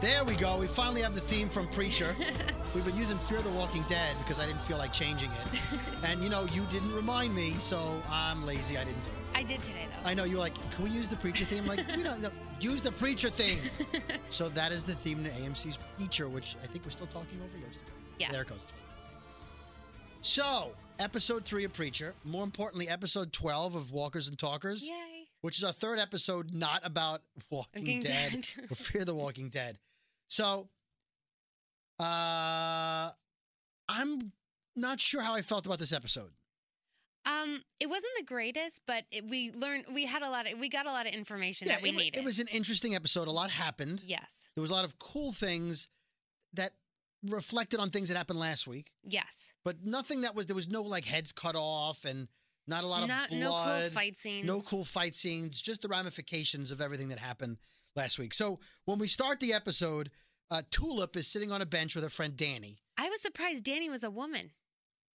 There we go. We finally have the theme from Preacher. We've been using Fear the Walking Dead because I didn't feel like changing it. And you know, you didn't remind me, so I'm lazy. I didn't do it. I did today though. I know you're like, can we use the Preacher theme? I'm like, we don't no, use the Preacher theme. So that is the theme to AMC's Preacher, which I think we're still talking over yours. yes. There it goes. So, episode three of Preacher, more importantly, episode 12 of Walkers and Talkers, Yay. which is our third episode not about Walking Walking Dead, Dead. or Fear the Walking Dead. So, uh, I'm not sure how I felt about this episode. Um, it wasn't the greatest, but it, we learned we had a lot of we got a lot of information that we it, wa- needed. it was an interesting episode. A lot happened. yes, There was a lot of cool things that reflected on things that happened last week, yes. but nothing that was, there was no like heads cut off and not a lot of Not blood. no cool fight scenes. No cool fight scenes, just the ramifications of everything that happened last week. So when we start the episode, uh, Tulip is sitting on a bench with her friend Danny. I was surprised Danny was a woman.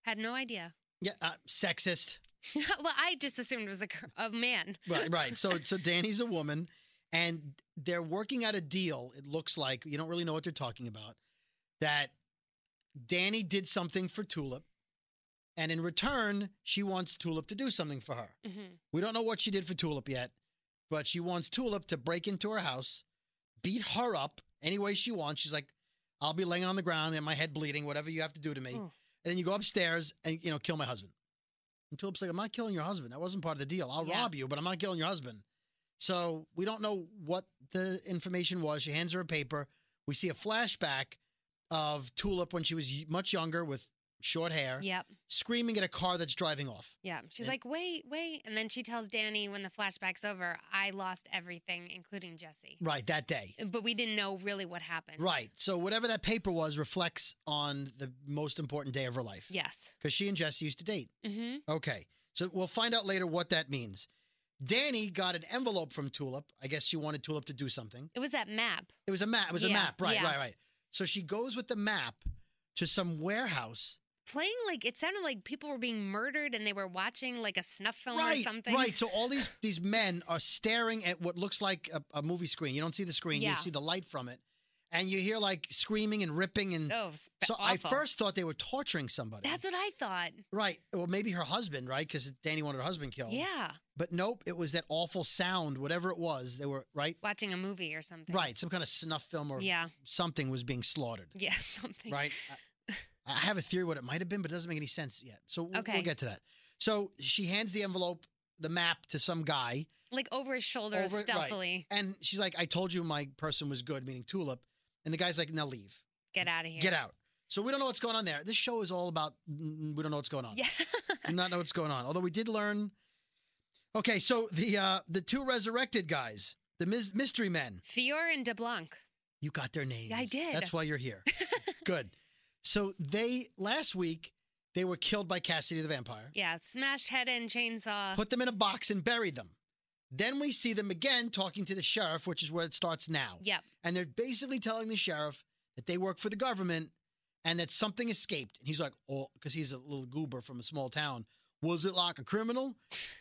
Had no idea. Yeah, uh, sexist. well, I just assumed it was a, gir- a man. Right, right. So so Danny's a woman, and they're working out a deal. It looks like you don't really know what they're talking about. That Danny did something for Tulip, and in return, she wants Tulip to do something for her. Mhm. We don't know what she did for Tulip yet, but she wants Tulip to break into her house, beat her up any way she wants. She's like, I'll be laying on the ground and my head bleeding, whatever you have to do to me. Mm. And then you go upstairs and, you know, kill my husband. And Tulip's like, I'm not killing your husband. That wasn't part of the deal. I'll Yeah. rob you, but I'm not killing your husband. So we don't know what the information was. She hands her a paper. We see a flashback of Tulip when she was y- much younger with short hair, Yep. screaming at a car that's driving off. Yeah. She's Yeah. like, wait, wait. And then she tells Danny when the flashback's over, I lost everything, including Jesse. Right, that day. But we didn't know really what happened. Right. So whatever that paper was reflects on the most important day of her life. Yes. Because she and Jesse used to date. Mm-hmm. Okay. So we'll find out later what that means. Danny got an envelope from Tulip. I guess she wanted Tulip to do something. It was that map. It was a map. It was a Yeah, map. Right, yeah. right, right. So she goes with the map to some warehouse. Playing like it sounded like people were being murdered and they were watching like a snuff film right. or something. Right. So all these these men are staring at what looks like a, a movie screen. You don't see the screen, Yeah. you see the light from it. And you hear like screaming and ripping and Oh, sp- so I awful. first thought they were torturing somebody. That's what I thought. Right. Well, maybe her husband, right? Because Danny wanted her husband killed. Yeah. But nope, it was that awful sound, whatever it was. They were, right? Watching a movie or something. Right. Some kind of snuff film or Yeah. something was being slaughtered, Yeah. Something. right? I- I have a theory what it might have been, but it doesn't make any sense yet. So we'll, Okay. we'll get to that. So she hands the envelope, the map to some guy, Like over his shoulder Over- right. stealthily. and she's like, I told you my person was good, meaning Tulip. And the guy's like, now leave, Get out of here. get out. So we don't know what's going on there. This show is all about, mm, we don't know what's going on. Yeah. do not know what's going on. Although we did learn. Okay, so the uh the two resurrected guys, the mis- mystery men, Fior and DeBlanc. you got their names. I did. That's why you're here. Good. So they last week they were killed by Cassidy the vampire. Yeah. Smashed head and chainsaw. Put them in a box and buried them. Then we see them again talking to the sheriff, which is where it starts now. Yep. And they're basically telling the sheriff that they work for the government and that something escaped. And he's like, oh, because he's a little goober from a small town. Was it like a criminal?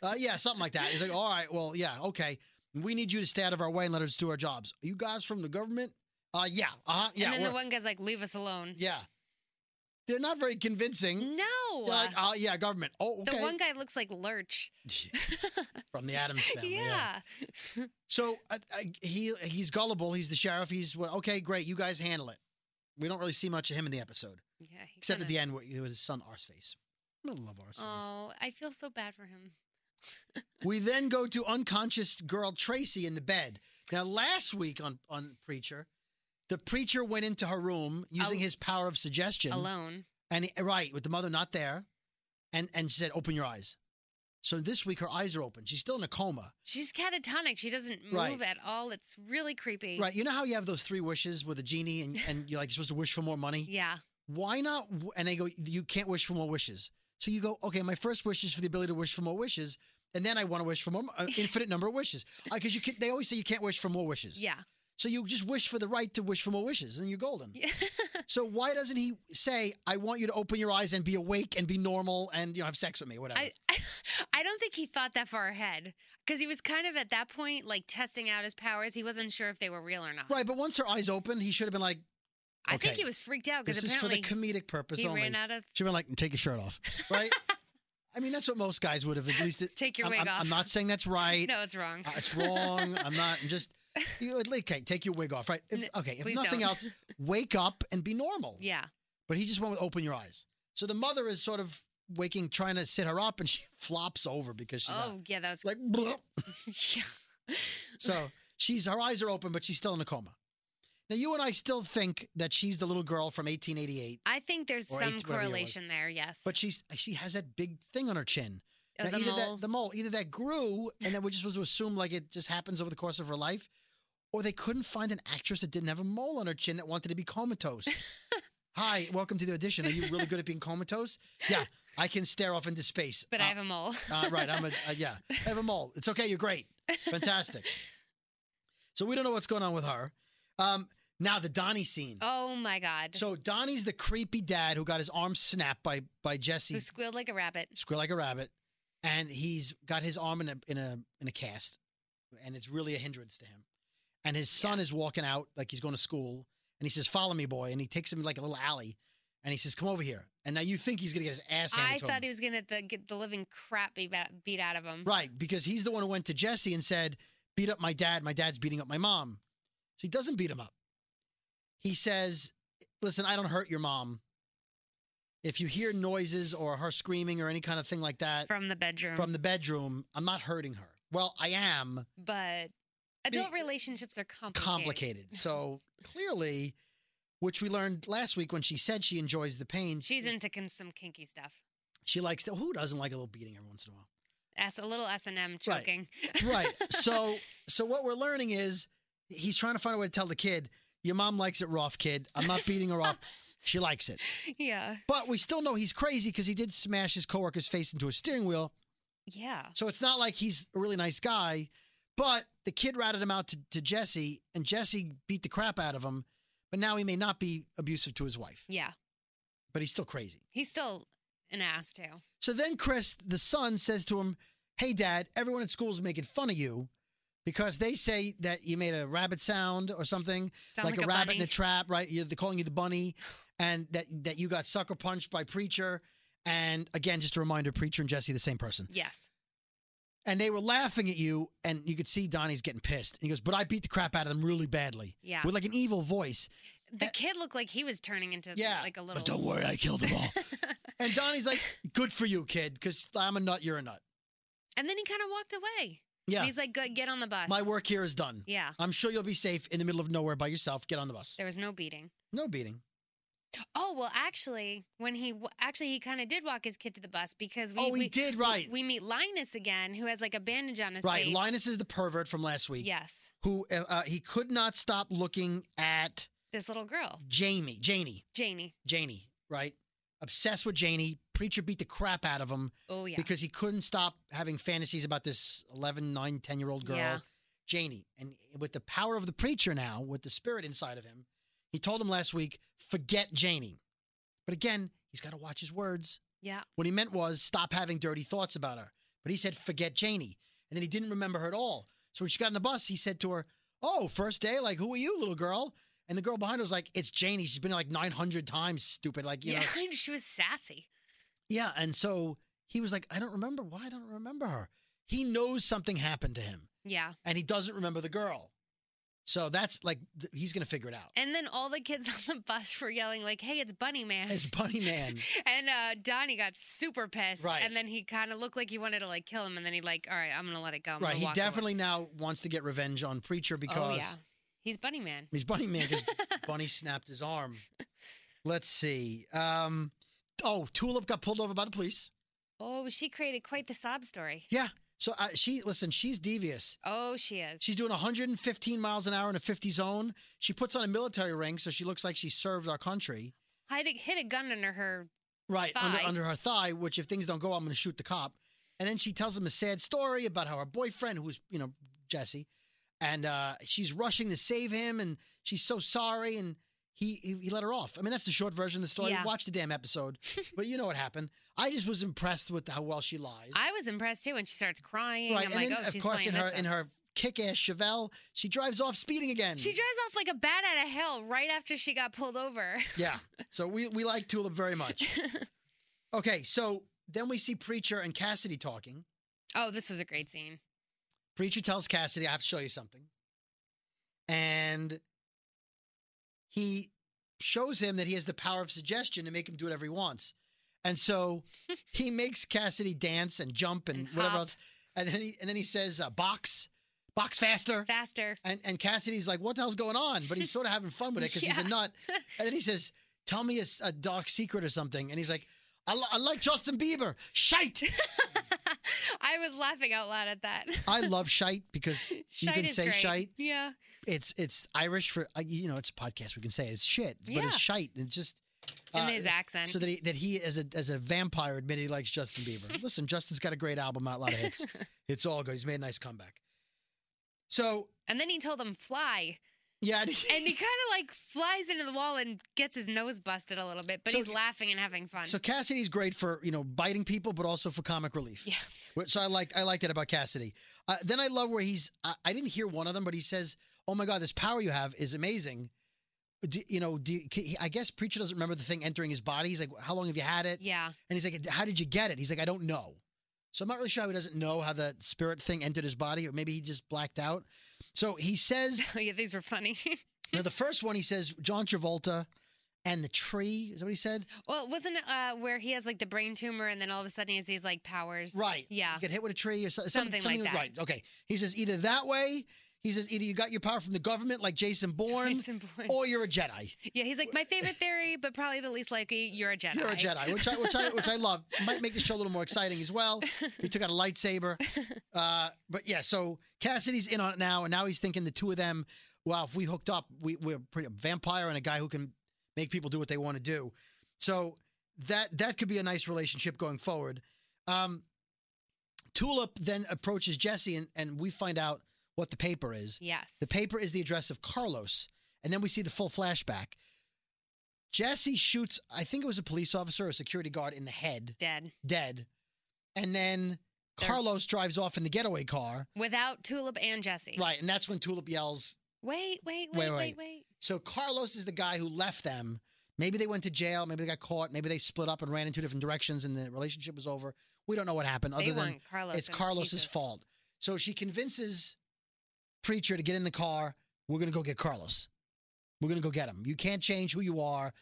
Uh, yeah, something like that. He's like, all right, well, yeah, okay. We need you to stay out of our way and let us do our jobs. Are you guys from the government? Uh, yeah, uh huh, yeah, and then the we're- one guy's like, leave us alone. yeah. They're not very convincing. No. They're like, oh, yeah, government. Oh, okay. uh, The one guy looks like Lurch. from the Adams family. yeah. So uh, uh, he he's gullible. He's the sheriff. He's well, okay. Great, you guys handle it. We don't really see much of him in the episode, Yeah. he except at kinda- the end where- with his son Arsface. I love Arsface. Oh, I feel so bad for him. We then go to unconscious girl Tracy in the bed. Now, last week on on Preacher, the preacher went into her room using Al- his power of suggestion, Alone. and he- right with the mother not there, and and said, "Open your eyes." So this week her eyes are open. She's still in a coma. She's catatonic. She doesn't move Right. at all. It's really creepy. Right. You know how you have those three wishes with a genie and, and you're like supposed to wish for more money? Yeah. why not? w- And they go, you can't wish for more wishes. So you go, okay, my first wish is for the ability to wish for more wishes, Uh, and then I want to wish for more, uh, infinite number of wishes, because you can, they always say you can't wish for more wishes. Yeah. So you just wish for the right to wish for more wishes, and you're golden. Yeah. So why doesn't he say, "I want you to open your eyes and be awake and be normal and you know have sex with me, whatever"? I, I don't think he thought that far ahead because he was kind of at that point like testing out his powers. He wasn't sure if they were real or not. right, but once her eyes opened, he should have been like, I think Okay. he was freaked out because "This is for the apparently comedic purpose he only." ran out of Should have been like, "Take your shirt off," right? I mean, that's what most guys would have at least. take your I'm, wig I'm- off. I'm not saying that's right. No, it's wrong. Uh, it's wrong. I'm not. I'm just. You, okay, take your wig off, right? If- N- okay, if Please nothing don't. else, wake up and be normal. Yeah. But he just went with open your eyes. So the mother is sort of waking, trying to sit her up, and she flops over because she's Oh out. yeah, that was. It's like, "Bleh." yeah. so she's her eyes are open, but she's still in a coma. Now you and I still think that she's the little girl from 1888, I think there's Or eight, some whatever it was. correlation there. Yes. but she's she has that big thing on her chin. Oh, Now, the either mole. That, the mole, either that grew, and then we're just supposed to assume like it just happens over the course of her life, or they couldn't find an actress that didn't have a mole on her chin that wanted to be comatose. Hi, welcome to the audition. Are you really good at being comatose? Yeah, I can stare off into space. but Uh, I have a mole. uh, right, I'm a uh, yeah. I have a mole. It's okay. You're great. Fantastic. so we don't know what's going on with her. Um, now the Donnie scene. Oh my god. So Donnie's the creepy dad who got his arm snapped by by Jesse Who squealed like a rabbit? square like a rabbit, and he's got his arm in a in a in a cast, and it's really a hindrance to him. And his son is walking out like he's going to school, and he says, "Follow me, boy," and he takes him like a little alley, and he says, "Come over here." And now you think he's gonna get his ass handed I to thought him, he was gonna the, get the living crap be ba- beat out of him. right? Because he's the one who went to Jesse and said, "Beat up my dad. My dad's beating up my mom." So he doesn't beat him up. He says, "Listen, I don't hurt your mom." If you hear noises or her screaming or any kind of thing like that, From the bedroom. from the bedroom, I'm not hurting her. Well, I am but adult relationships are complicated. complicated. So clearly, which we learned last week when she said she enjoys the pain. She's into con- some kinky stuff. She likes the, who doesn't like a little beating every once in a while, S a little S and M choking. right? So, so what we're learning is he's trying to find a way to tell the kid, "Your mom likes it rough, kid. I'm not beating her up. She likes it." yeah. But we still know he's crazy because he did smash his coworker's face into a steering wheel. Yeah. So it's not like he's a really nice guy, but the kid ratted him out to, to Jesse, and Jesse beat the crap out of him. But now he may not be abusive to his wife, Yeah. but he's still crazy. He's still an ass too. So then Chris, the son, says to him, Hey, dad, everyone at school is making fun of you because they say that you made a rabbit sound or something, Sound like, a, rabbit in bunny. a trap, right? You're, they're calling you the bunny, and that, that you got sucker punched by Preacher. And again, just a reminder Preacher and Jesse, the same person. yes. and they were laughing at you, and you could see Donnie's getting pissed. He goes, "But I beat the crap out of them really badly Yeah. with like an evil voice." the kid looked like he was turning into Yeah, like a But don't little. worry, I killed them all. and Donnie's like, "Good for you, kid, because I'm a nut, you're a nut." And then he kind of walked away. Yeah, And he's like, "Go- "Get on the bus." my work here is done. Yeah. I'm sure you'll be safe in the middle of nowhere by yourself. Get on the bus. There was no beating. No beating. Oh well, actually, when he w- actually he kind of did walk his kid to the bus because we oh, we, we, did right. we meet Linus again, who has like a bandage on his right. face. Linus is the pervert from last week Yes, who uh, uh, he could not stop looking at this little girl, Jamie, Janie, Janie. Janie, right? Obsessed with Janie. Preacher beat the crap out of him. Oh yeah, because he couldn't stop having fantasies about this 11, 9, 10 year old girl, Yeah. Janie. And with the power of the preacher now, with the spirit inside of him, he told him last week, forget Janie. But again, he's got to watch his words. yeah. What he meant was stop having dirty thoughts about her. But he said, forget Janie. And then he didn't remember her at all. So when she got on the bus, he said to her, Oh, first day? Like, who are you, little girl? And the girl behind her was like, It's Janie. She's been here like 900 times, stupid. Like, you yeah, know, she was sassy. yeah, and so he was like, I don't remember. Why I don't remember her? He knows something happened to him, Yeah. and he doesn't remember the girl. So that's like th- he's gonna figure it out. And then all the kids on the bus were yelling like, "Hey, it's Bunny Man!" It's Bunny Man. and uh, Donnie got super pissed. Right. And then he kind of looked like he wanted to like kill him. And then he like, "All right, I'm gonna let it go." I'm right. gonna He walk away." definitely now wants to get revenge on Preacher because Oh yeah, he's Bunny Man. he's Bunny Man because Bunny snapped his arm. Let's see. Um, oh, Tulip got pulled over by the police. Oh, she created quite the sob story. Yeah. So uh, she listen. She's devious. Oh, she is. She's doing 115 miles an hour in a 50 zone. She puts on a military ring so she looks like she served our country. Hide a, hid a gun under her. right under, thigh. under her thigh which if things don't go i'm going to shoot the cop and then she tells him a sad story about how her boyfriend who's you know jesse and uh, she's rushing to save him, and she's so sorry, and he, he he let her off. I mean, that's the short version of the story. Yeah. Watch the damn episode, but you know what happened. I just was impressed with how well she lies. I was impressed too when she starts crying. right, I'm and like, then oh, of she's course playing in her this in up. her kick-ass Chevelle, she drives off speeding again. She drives off like a bat out of hell right after she got pulled over. Yeah. So we, we like Tulip very much. Okay. So then we see Preacher and Cassidy talking. Oh, this was a great scene. Preacher tells Cassidy, I have to show you something. And he shows him that he has the power of suggestion to make him do whatever he wants. And so he makes Cassidy dance and jump and, And whatever hop. else. And then he, and then he says, uh, box, box faster. Faster. And and Cassidy's like, "What the hell's going on?" But he's sort of having fun with it because he's a Yeah. nut. And then he says, "Tell me a, s- a dark secret or something." And he's like, "I, li- I like Justin Bieber. Shite. I was laughing out loud at that. I love shite because you Shite can is say great. shite. Yeah. It's it's Irish for uh, you know it's a podcast. We can say it. it's shit, but Yeah. it's shite and just." And uh, his accent. so that he, that he as a as a vampire admitted he likes Justin Bieber. Listen, Justin's got a great album out, a lot of hits. it's all good. He's made a nice comeback. So and then he told them fly. yeah, and And he kind of like flies into the wall and gets his nose busted a little bit, but So- he's laughing and having fun. So Cassidy's great for you know biting people, but also for comic relief. yes. Which I like. I like that about Cassidy. Uh, then I love where he's. I, I didn't hear one of them, but he says, "Oh my God, this power you have is amazing." Do, you know, do, you- he- I guess preacher doesn't remember the thing entering his body. He's like, "How long have you had it?" Yeah. And he's like, "How did you get it?" He's like, "I don't know." So I'm not really sure how he doesn't know how the spirit thing entered his body, or maybe he just blacked out. So he says, Oh, yeah, these were funny. now the first one he says, John Travolta and the tree. Is that what he said? well, wasn't it uh, where he has like the brain tumor and then all of a sudden he has these like powers? Right. Yeah. You get hit with a tree or so- something, Something something like that. Right. Okay. He says either that way. He says either you got your power from the government, like Jason Bourne, Jason Bourne. or you're a Jedi. Yeah, he's like my favorite theory, but probably the least likely. You're a Jedi. You're a Jedi, which I which I which I love. Might make the show a little more exciting as well. He took out a lightsaber. Uh, but yeah, so Cassidy's in on it now, and now he's thinking the two of them. Wow, if we hooked up, we we're pretty a vampire and a guy who can make people do what they want to do. So that that could be a nice relationship going forward. Um, Tulip then approaches Jesse, and, and we find out what the paper is. Yes. The paper is the address of Carlos, and then we see the full flashback. Jesse shoots, I think it was a police officer or a security guard in the head, dead dead. And then They're- Carlos drives off in the getaway car. without Tulip and Jesse. Right. And that's when Tulip yells. Wait, wait, Wait, wait, wait. wait, wait. So Carlos is the guy who left them. Maybe they went to jail. Maybe they got caught. Maybe they split up and ran in two different directions and the relationship was over. We don't know what happened other They than want Carlos. it's in Carlos's pieces. fault. So she convinces Preacher to get in the car. We're gonna go get Carlos. We're gonna go get him. You can't change who you are.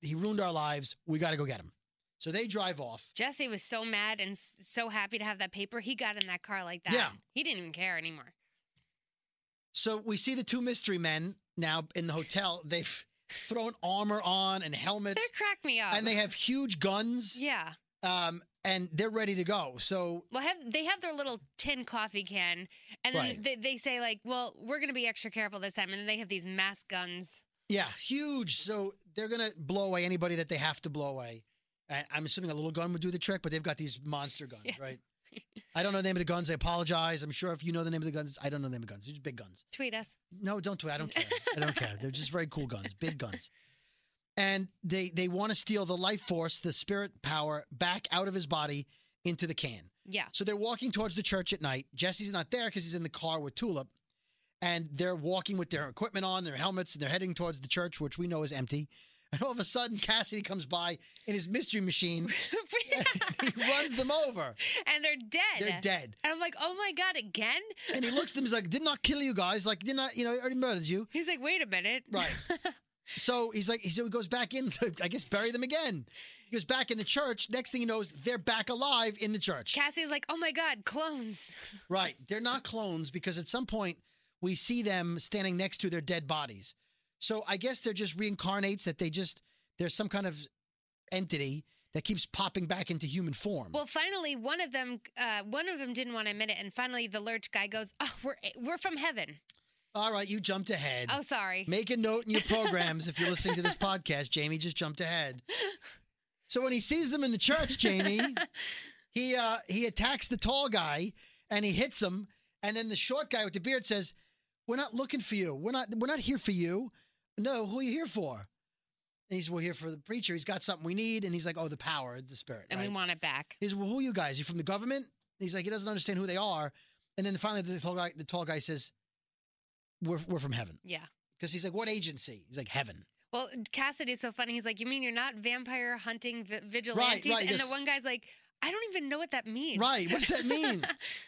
He ruined our lives. We gotta go get him. So they drive off. Jesse was so mad and s- so happy to have that paper. He got in that car like that. Yeah. He didn't even care anymore. So we see the two mystery men now in the hotel. They've thrown armor on and That helmets, cracked me up. and they have huge guns. yeah. Um, and they're ready to go. So Well, have, they have their little tin coffee can, and then Right. they, they say like, "Well, we're going to be extra careful this time." And then they have these mass guns. Yeah, huge. So they're gonna blow away anybody that they have to blow away. I- I'm assuming a little gun would do the trick, but they've got these monster guns, Yeah. right? I don't know the name of the guns. I apologize. I'm sure if you know the name of the guns, I don't know the name of the guns. They're just big guns. Tweet us. No, don't do it. I don't care. I don't care. They're just very cool guns, big guns. And they they want to steal the life force, the spirit power, back out of his body into the can. Yeah. So they're walking towards the church at night. Jesse's not there because he's in the car with Tulip. And they're walking with their equipment on, their helmets, and they're heading towards the church, which we know is empty. And all of a sudden, Cassidy comes by in his mystery machine. he runs them over. and they're dead. They're dead. And I'm like, "Oh my god, again?" And he looks at them. He's like, "Did not kill you guys. Like, did not, you know, I already murdered you." He's like, "Wait a minute." Right. So he's like, so he goes back in. To, I guess bury them again. He goes back in the church. Next thing he knows, they're back alive in the church. Cassie's like, "Oh my god, clones." Right. They're not clones because at some point we see them standing next to their dead bodies. So I guess they're just reincarnates that they just there's some kind of entity that keeps popping back into human form. Well, finally, one of them, uh, one of them didn't want to admit it, and finally, the lurch guy goes, "Oh, we're we're from heaven." All right, you jumped ahead. Oh, sorry. Make a note in your programs if you're listening to this podcast. Jamie just jumped ahead. So when he sees them in the church, Jamie, he uh, he attacks the tall guy and he hits him, and then the short guy with the beard says, We're not looking for you. We're not. We're not here for you. No, who are you here for? And he's, we're here for the preacher. He's got something we need. And he's like, oh, the power, the spirit. and right? we want it back. He's well, who are you guys? You from the government? He's like, he doesn't understand who they are. And then finally, the tall guy, the tall guy says, "We're we're from heaven." Yeah. Because he's like, "What agency?" He's like, "Heaven." Well, Cassidy's so funny. He's like, "You mean you're not vampire hunting vi- vigilantes?" right, and yes. the one guy's like, "I don't even know what that means." Right? What does that mean?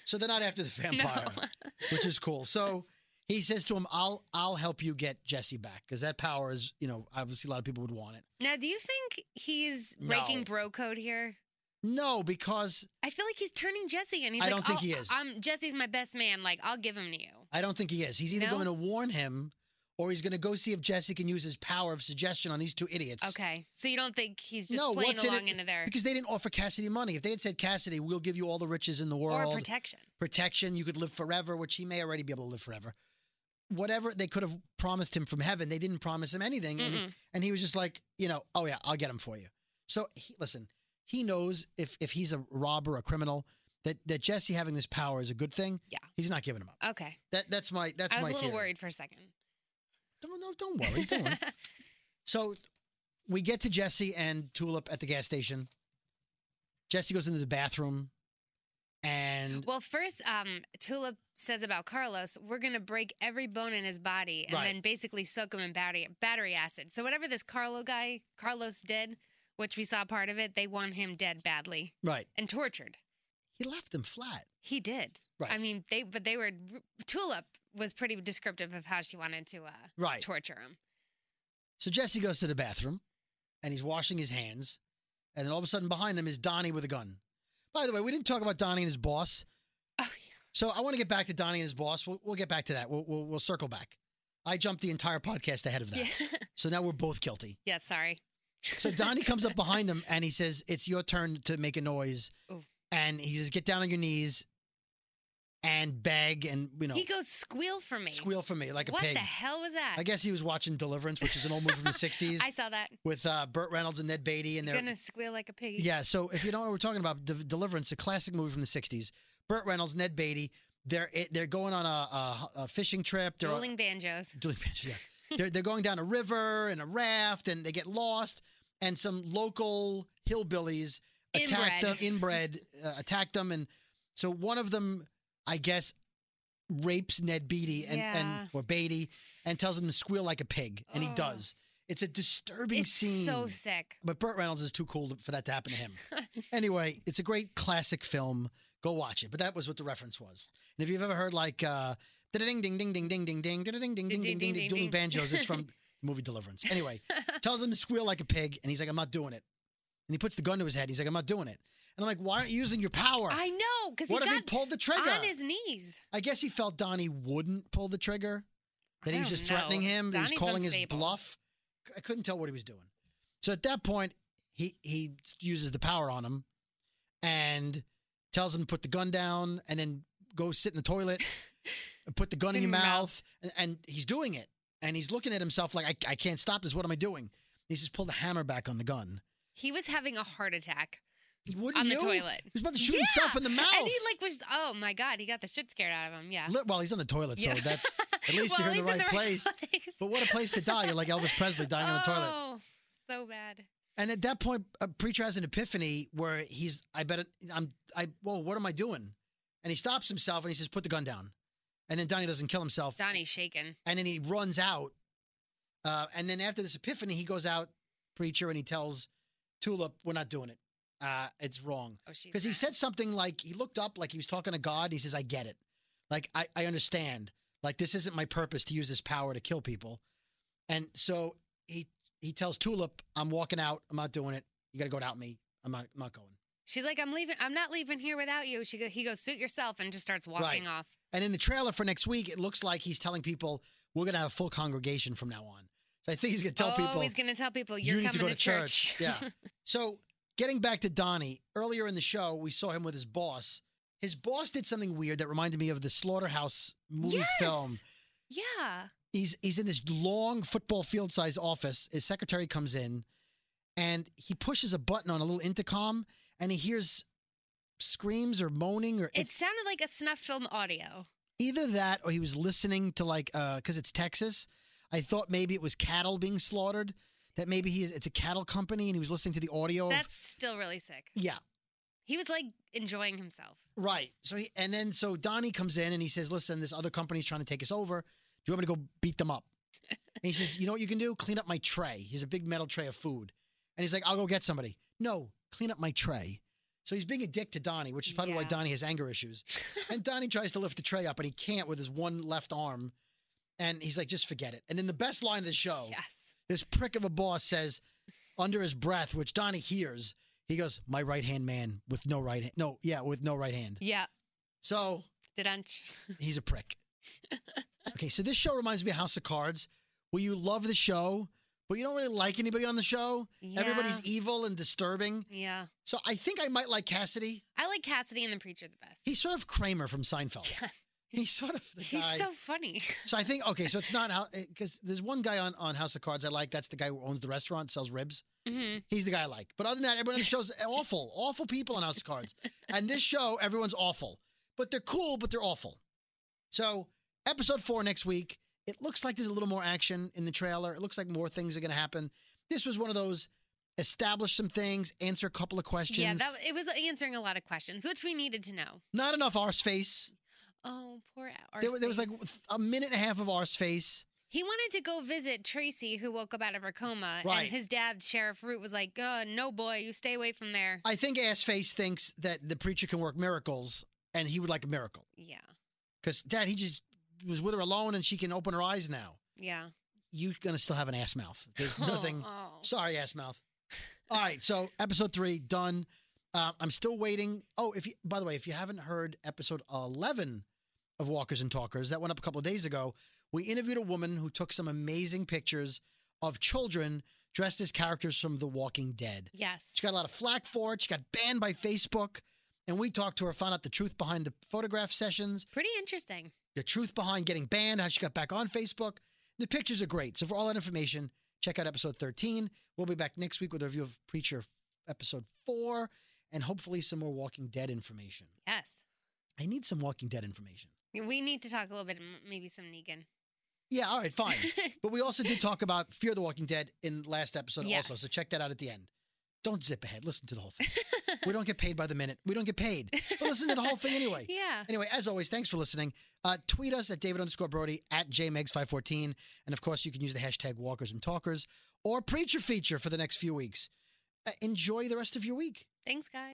so they're not after the no. vampire, which is cool. So he says to him, "I'll I'll help you get Jesse back because that power is, you know, obviously a lot of people would want it." Now, do you think he's No. breaking bro code here? No, because I feel like he's turning Jesse, and he's I like, don't think "I'll- he is. I'm Jesse's my best man. Like, I'll give him to you. I don't think he is. He's either No? going to warn him, or he's going to go see if Jesse can use his power of suggestion on these two idiots. Okay, so you don't think he's just No, playing what's in it- along into there Because they didn't offer Cassidy money. If they had said, Cassidy, we'll give you all the riches in the or world, protection? protection, you could live forever, which he may already be able to live forever. Whatever they could have promised him from heaven, they didn't promise him anything. And he, Mm-mm. and he was just like, you know, oh yeah, I'll get him for you. So he, listen, he knows if, if he's a robber, a criminal, that, that Jesse having this power is a good thing. Yeah. He's not giving him up. Okay, That, that's my, that's I was my a little theory. worried for a second. Don't, no, don't worry. Don't worry. So we get to Jesse and Tulip at the gas station. Jesse goes into the bathroom and well, first, um, Tulip says about Carlos, we're gonna break every bone in his body and Right. then basically soak him in battery battery acid. So whatever this Carlo guy Carlos did, which we saw part of it, they want him dead badly right, and tortured. he left them flat. He did. Right. I mean, they but they were Tulip was pretty descriptive of how she wanted to uh, Right. torture him. So Jesse goes to the bathroom and he's washing his hands. And then all of a sudden behind him is Donnie with a gun. By the way, we didn't talk about Donnie and his boss. Oh, So I want to get back to Donnie and his boss. We'll, we'll get back to that. We'll, we'll, we'll circle back. I jumped the entire podcast ahead of that. yeah. So now we're both guilty. yeah. Sorry. So Donnie comes up behind him and he says, "It's your turn to make a noise." Ooh. And he says, "Get down on your knees and beg and you know He goes squeal for me. squeal for me like a what pig." the hell was that? I guess he was watching Deliverance, which is an old movie from the '60s I saw that. with uh, Burt Reynolds and Ned Beatty, and You're they're gonna squeal like a pig. yeah. So if you don't know what we're talking about, De- Deliverance, a classic movie from the '60s, Burt Reynolds, Ned Beatty, they're it, they're going on a, a, a fishing trip. They're Dueling banjos. Dueling Banjos, yeah. they're, they're going down a river in a raft and they get lost, and some local hillbillies attack Inbred. them, inbred, uh, attack them. And so one of them, I guess, rapes Ned Beatty and, Yeah. and or Beatty and tells him to squeal like a pig, and he Oh. does. It's a disturbing It's scene. so sick. but Burt Reynolds is too cool to- for that to happen to him. anyway, it's a great classic film. Go watch it. But that was what the reference was. And if you've ever heard like uh ding ding ding ding ding ding ding ding ding ding ding ding ding dueling banjos, it's from the movie Deliverance. Anyway, tells him to squeal like a pig, and he's like, I'm not doing it. And he puts the gun to his head. He's like, I'm not doing it. And I'm like, why aren't you using your power? I know, because he What if he got pulled the trigger? on his knees. I guess he felt Donnie wouldn't pull the trigger. That he was don't just threatening know. him. that he Donnie's was calling his unstable. bluff. I couldn't tell what he was doing. So at that point, he he uses the power on him and tells him to put the gun down and then go sit in the toilet and put the gun in your In your mouth. mouth. And, and he's doing it. And he's looking at himself like, I, I can't stop this. What am I doing? He says, pull the hammer back on the gun. He was having a heart attack Wouldn't on the you? toilet. He was about to shoot Yeah! himself in the mouth. And he like was oh my god, he got the shit scared out of him. Yeah. Li- well, he's on the toilet, so Yeah. that's at least Well, you're in the he's right, place. place. But what a place to die. You're like Elvis Presley dying on the toilet. Oh, so bad. And at that point, a preacher has an epiphany where he's, I bet it- I'm, I, whoa, what am I doing? And he stops himself and he says, put the gun down. And then Donnie doesn't kill himself. Donnie's shaken. And then he runs out. Uh, and then after this epiphany, he goes out, preacher, and he tells Tulip, we're not doing it. Uh, it's wrong. Oh, she's Because he mad. said something like, he looked up like he was talking to God. And he says, I get it. Like, I, I understand. Like, this isn't my purpose to use this power to kill people. And so he he tells Tulip, I'm walking out. I'm not doing it. You got to go without me. I'm not, I'm not going. She's like, I'm leaving. I'm not leaving here without you. She go, he goes, suit yourself, and just starts walking off. And in the trailer for next week, it looks like he's telling people, we're going to have a full congregation from now on. So I think he's going to tell oh, people. he's gonna tell people you you're need coming to go to, church. church. yeah. So getting back to Donnie, earlier in the show, we saw him with his boss. His boss did something weird that reminded me of the Slaughterhouse movie Yes! film. Yeah. He's he's in this long football field size office. His secretary comes in and he pushes a button on a little intercom and he hears screams or moaning or It sounded like a snuff film audio. either that or he was listening to like because it's Texas. I thought maybe it was cattle being slaughtered. That maybe he is it's a cattle company and he was listening to the audio. of- That's still really sick. yeah, He was like enjoying himself. right. So he, and then so Donnie comes in and he says, "Listen, this other company's trying to take us over. Do you want me to go beat them up?" And he says, "You know what you can do? Clean up my tray. He's a big metal tray of food." And he's like, "I'll go get somebody." No, clean up my tray. So he's being a dick to Donnie, which is probably why Yeah. Donnie has anger issues. and Donnie tries to lift the tray up and he can't with his one left arm. And he's like, "Just forget it." And then the best line of the show. Yes. this prick of a boss says under his breath, which Donnie hears, he goes, My right hand man with no right hand. No, yeah, with no right hand. Yeah. So Didunch. he's a prick. okay, so this show reminds me of House of Cards, where you love the show, but you don't really like anybody on the show. Yeah. Everybody's evil and disturbing. Yeah. So I think I might like Cassidy. I like Cassidy and the Preacher the best. He's sort of Kramer from Seinfeld. Yes. He's sort of the guy. He's so funny. So I think okay, so it's not how because there's one guy on on House of Cards I like. That's the guy who owns the restaurant, sells ribs. hmm He's the guy I like. But other than that, everyone on the show's awful, awful people on House of Cards. And this show, everyone's awful. But they're cool, but they're awful. So, episode four next week. It looks like there's a little more action in the trailer. It looks like more things are going to happen. This was one of those establish some things, answer a couple of questions. Yeah, that it was answering a lot of questions, which we needed to know. Not enough arse face. Oh, poor our There, wa- there was like space. a minute and a half of arse face. he wanted to go visit Tracy, who woke up out of her coma, and Right. his dad, Sheriff Root, was like, "Uh, "No, boy, you stay away from there." I think ass face thinks that the preacher can work miracles, and he would like a miracle yeah, because dad, he just was with her alone, and she can open her eyes now. yeah. you're gonna still have an ass mouth. There's Oh, nothing. Oh, Sorry, ass mouth. All right, so episode three done. Uh, I'm still waiting. Oh, if you, by the way, if you haven't heard episode 11 of Walkers and Talkers that went up a couple of days ago, we interviewed a woman who took some amazing pictures of children dressed as characters from The Walking Dead. yes. She got a lot of flack for it. She got banned by Facebook, and we talked to her, found out the truth behind the photograph sessions Pretty interesting. the truth behind getting banned, how she got back on Facebook. The pictures are great. So for all that information, check out episode 13. We'll be back next week with a review of Preacher episode 4 and hopefully some more Walking Dead information. Yes. I need some Walking Dead information. We need to talk a little bit, m- maybe some Negan. Yeah, all right, fine. but we also did talk about Fear the Walking Dead in last episode also, Yes. so check that out at the end. Don't zip ahead. Listen to the whole thing. we don't get paid by the minute. We don't get paid. But listen to the whole thing anyway. yeah. Anyway, as always, thanks for listening. Uh, tweet us at David underscore Brody at JMegs514. And of course, you can use the hashtag walkers and talkers or preacher feature for the next few weeks. Uh, enjoy the rest of your week. Thanks, guys.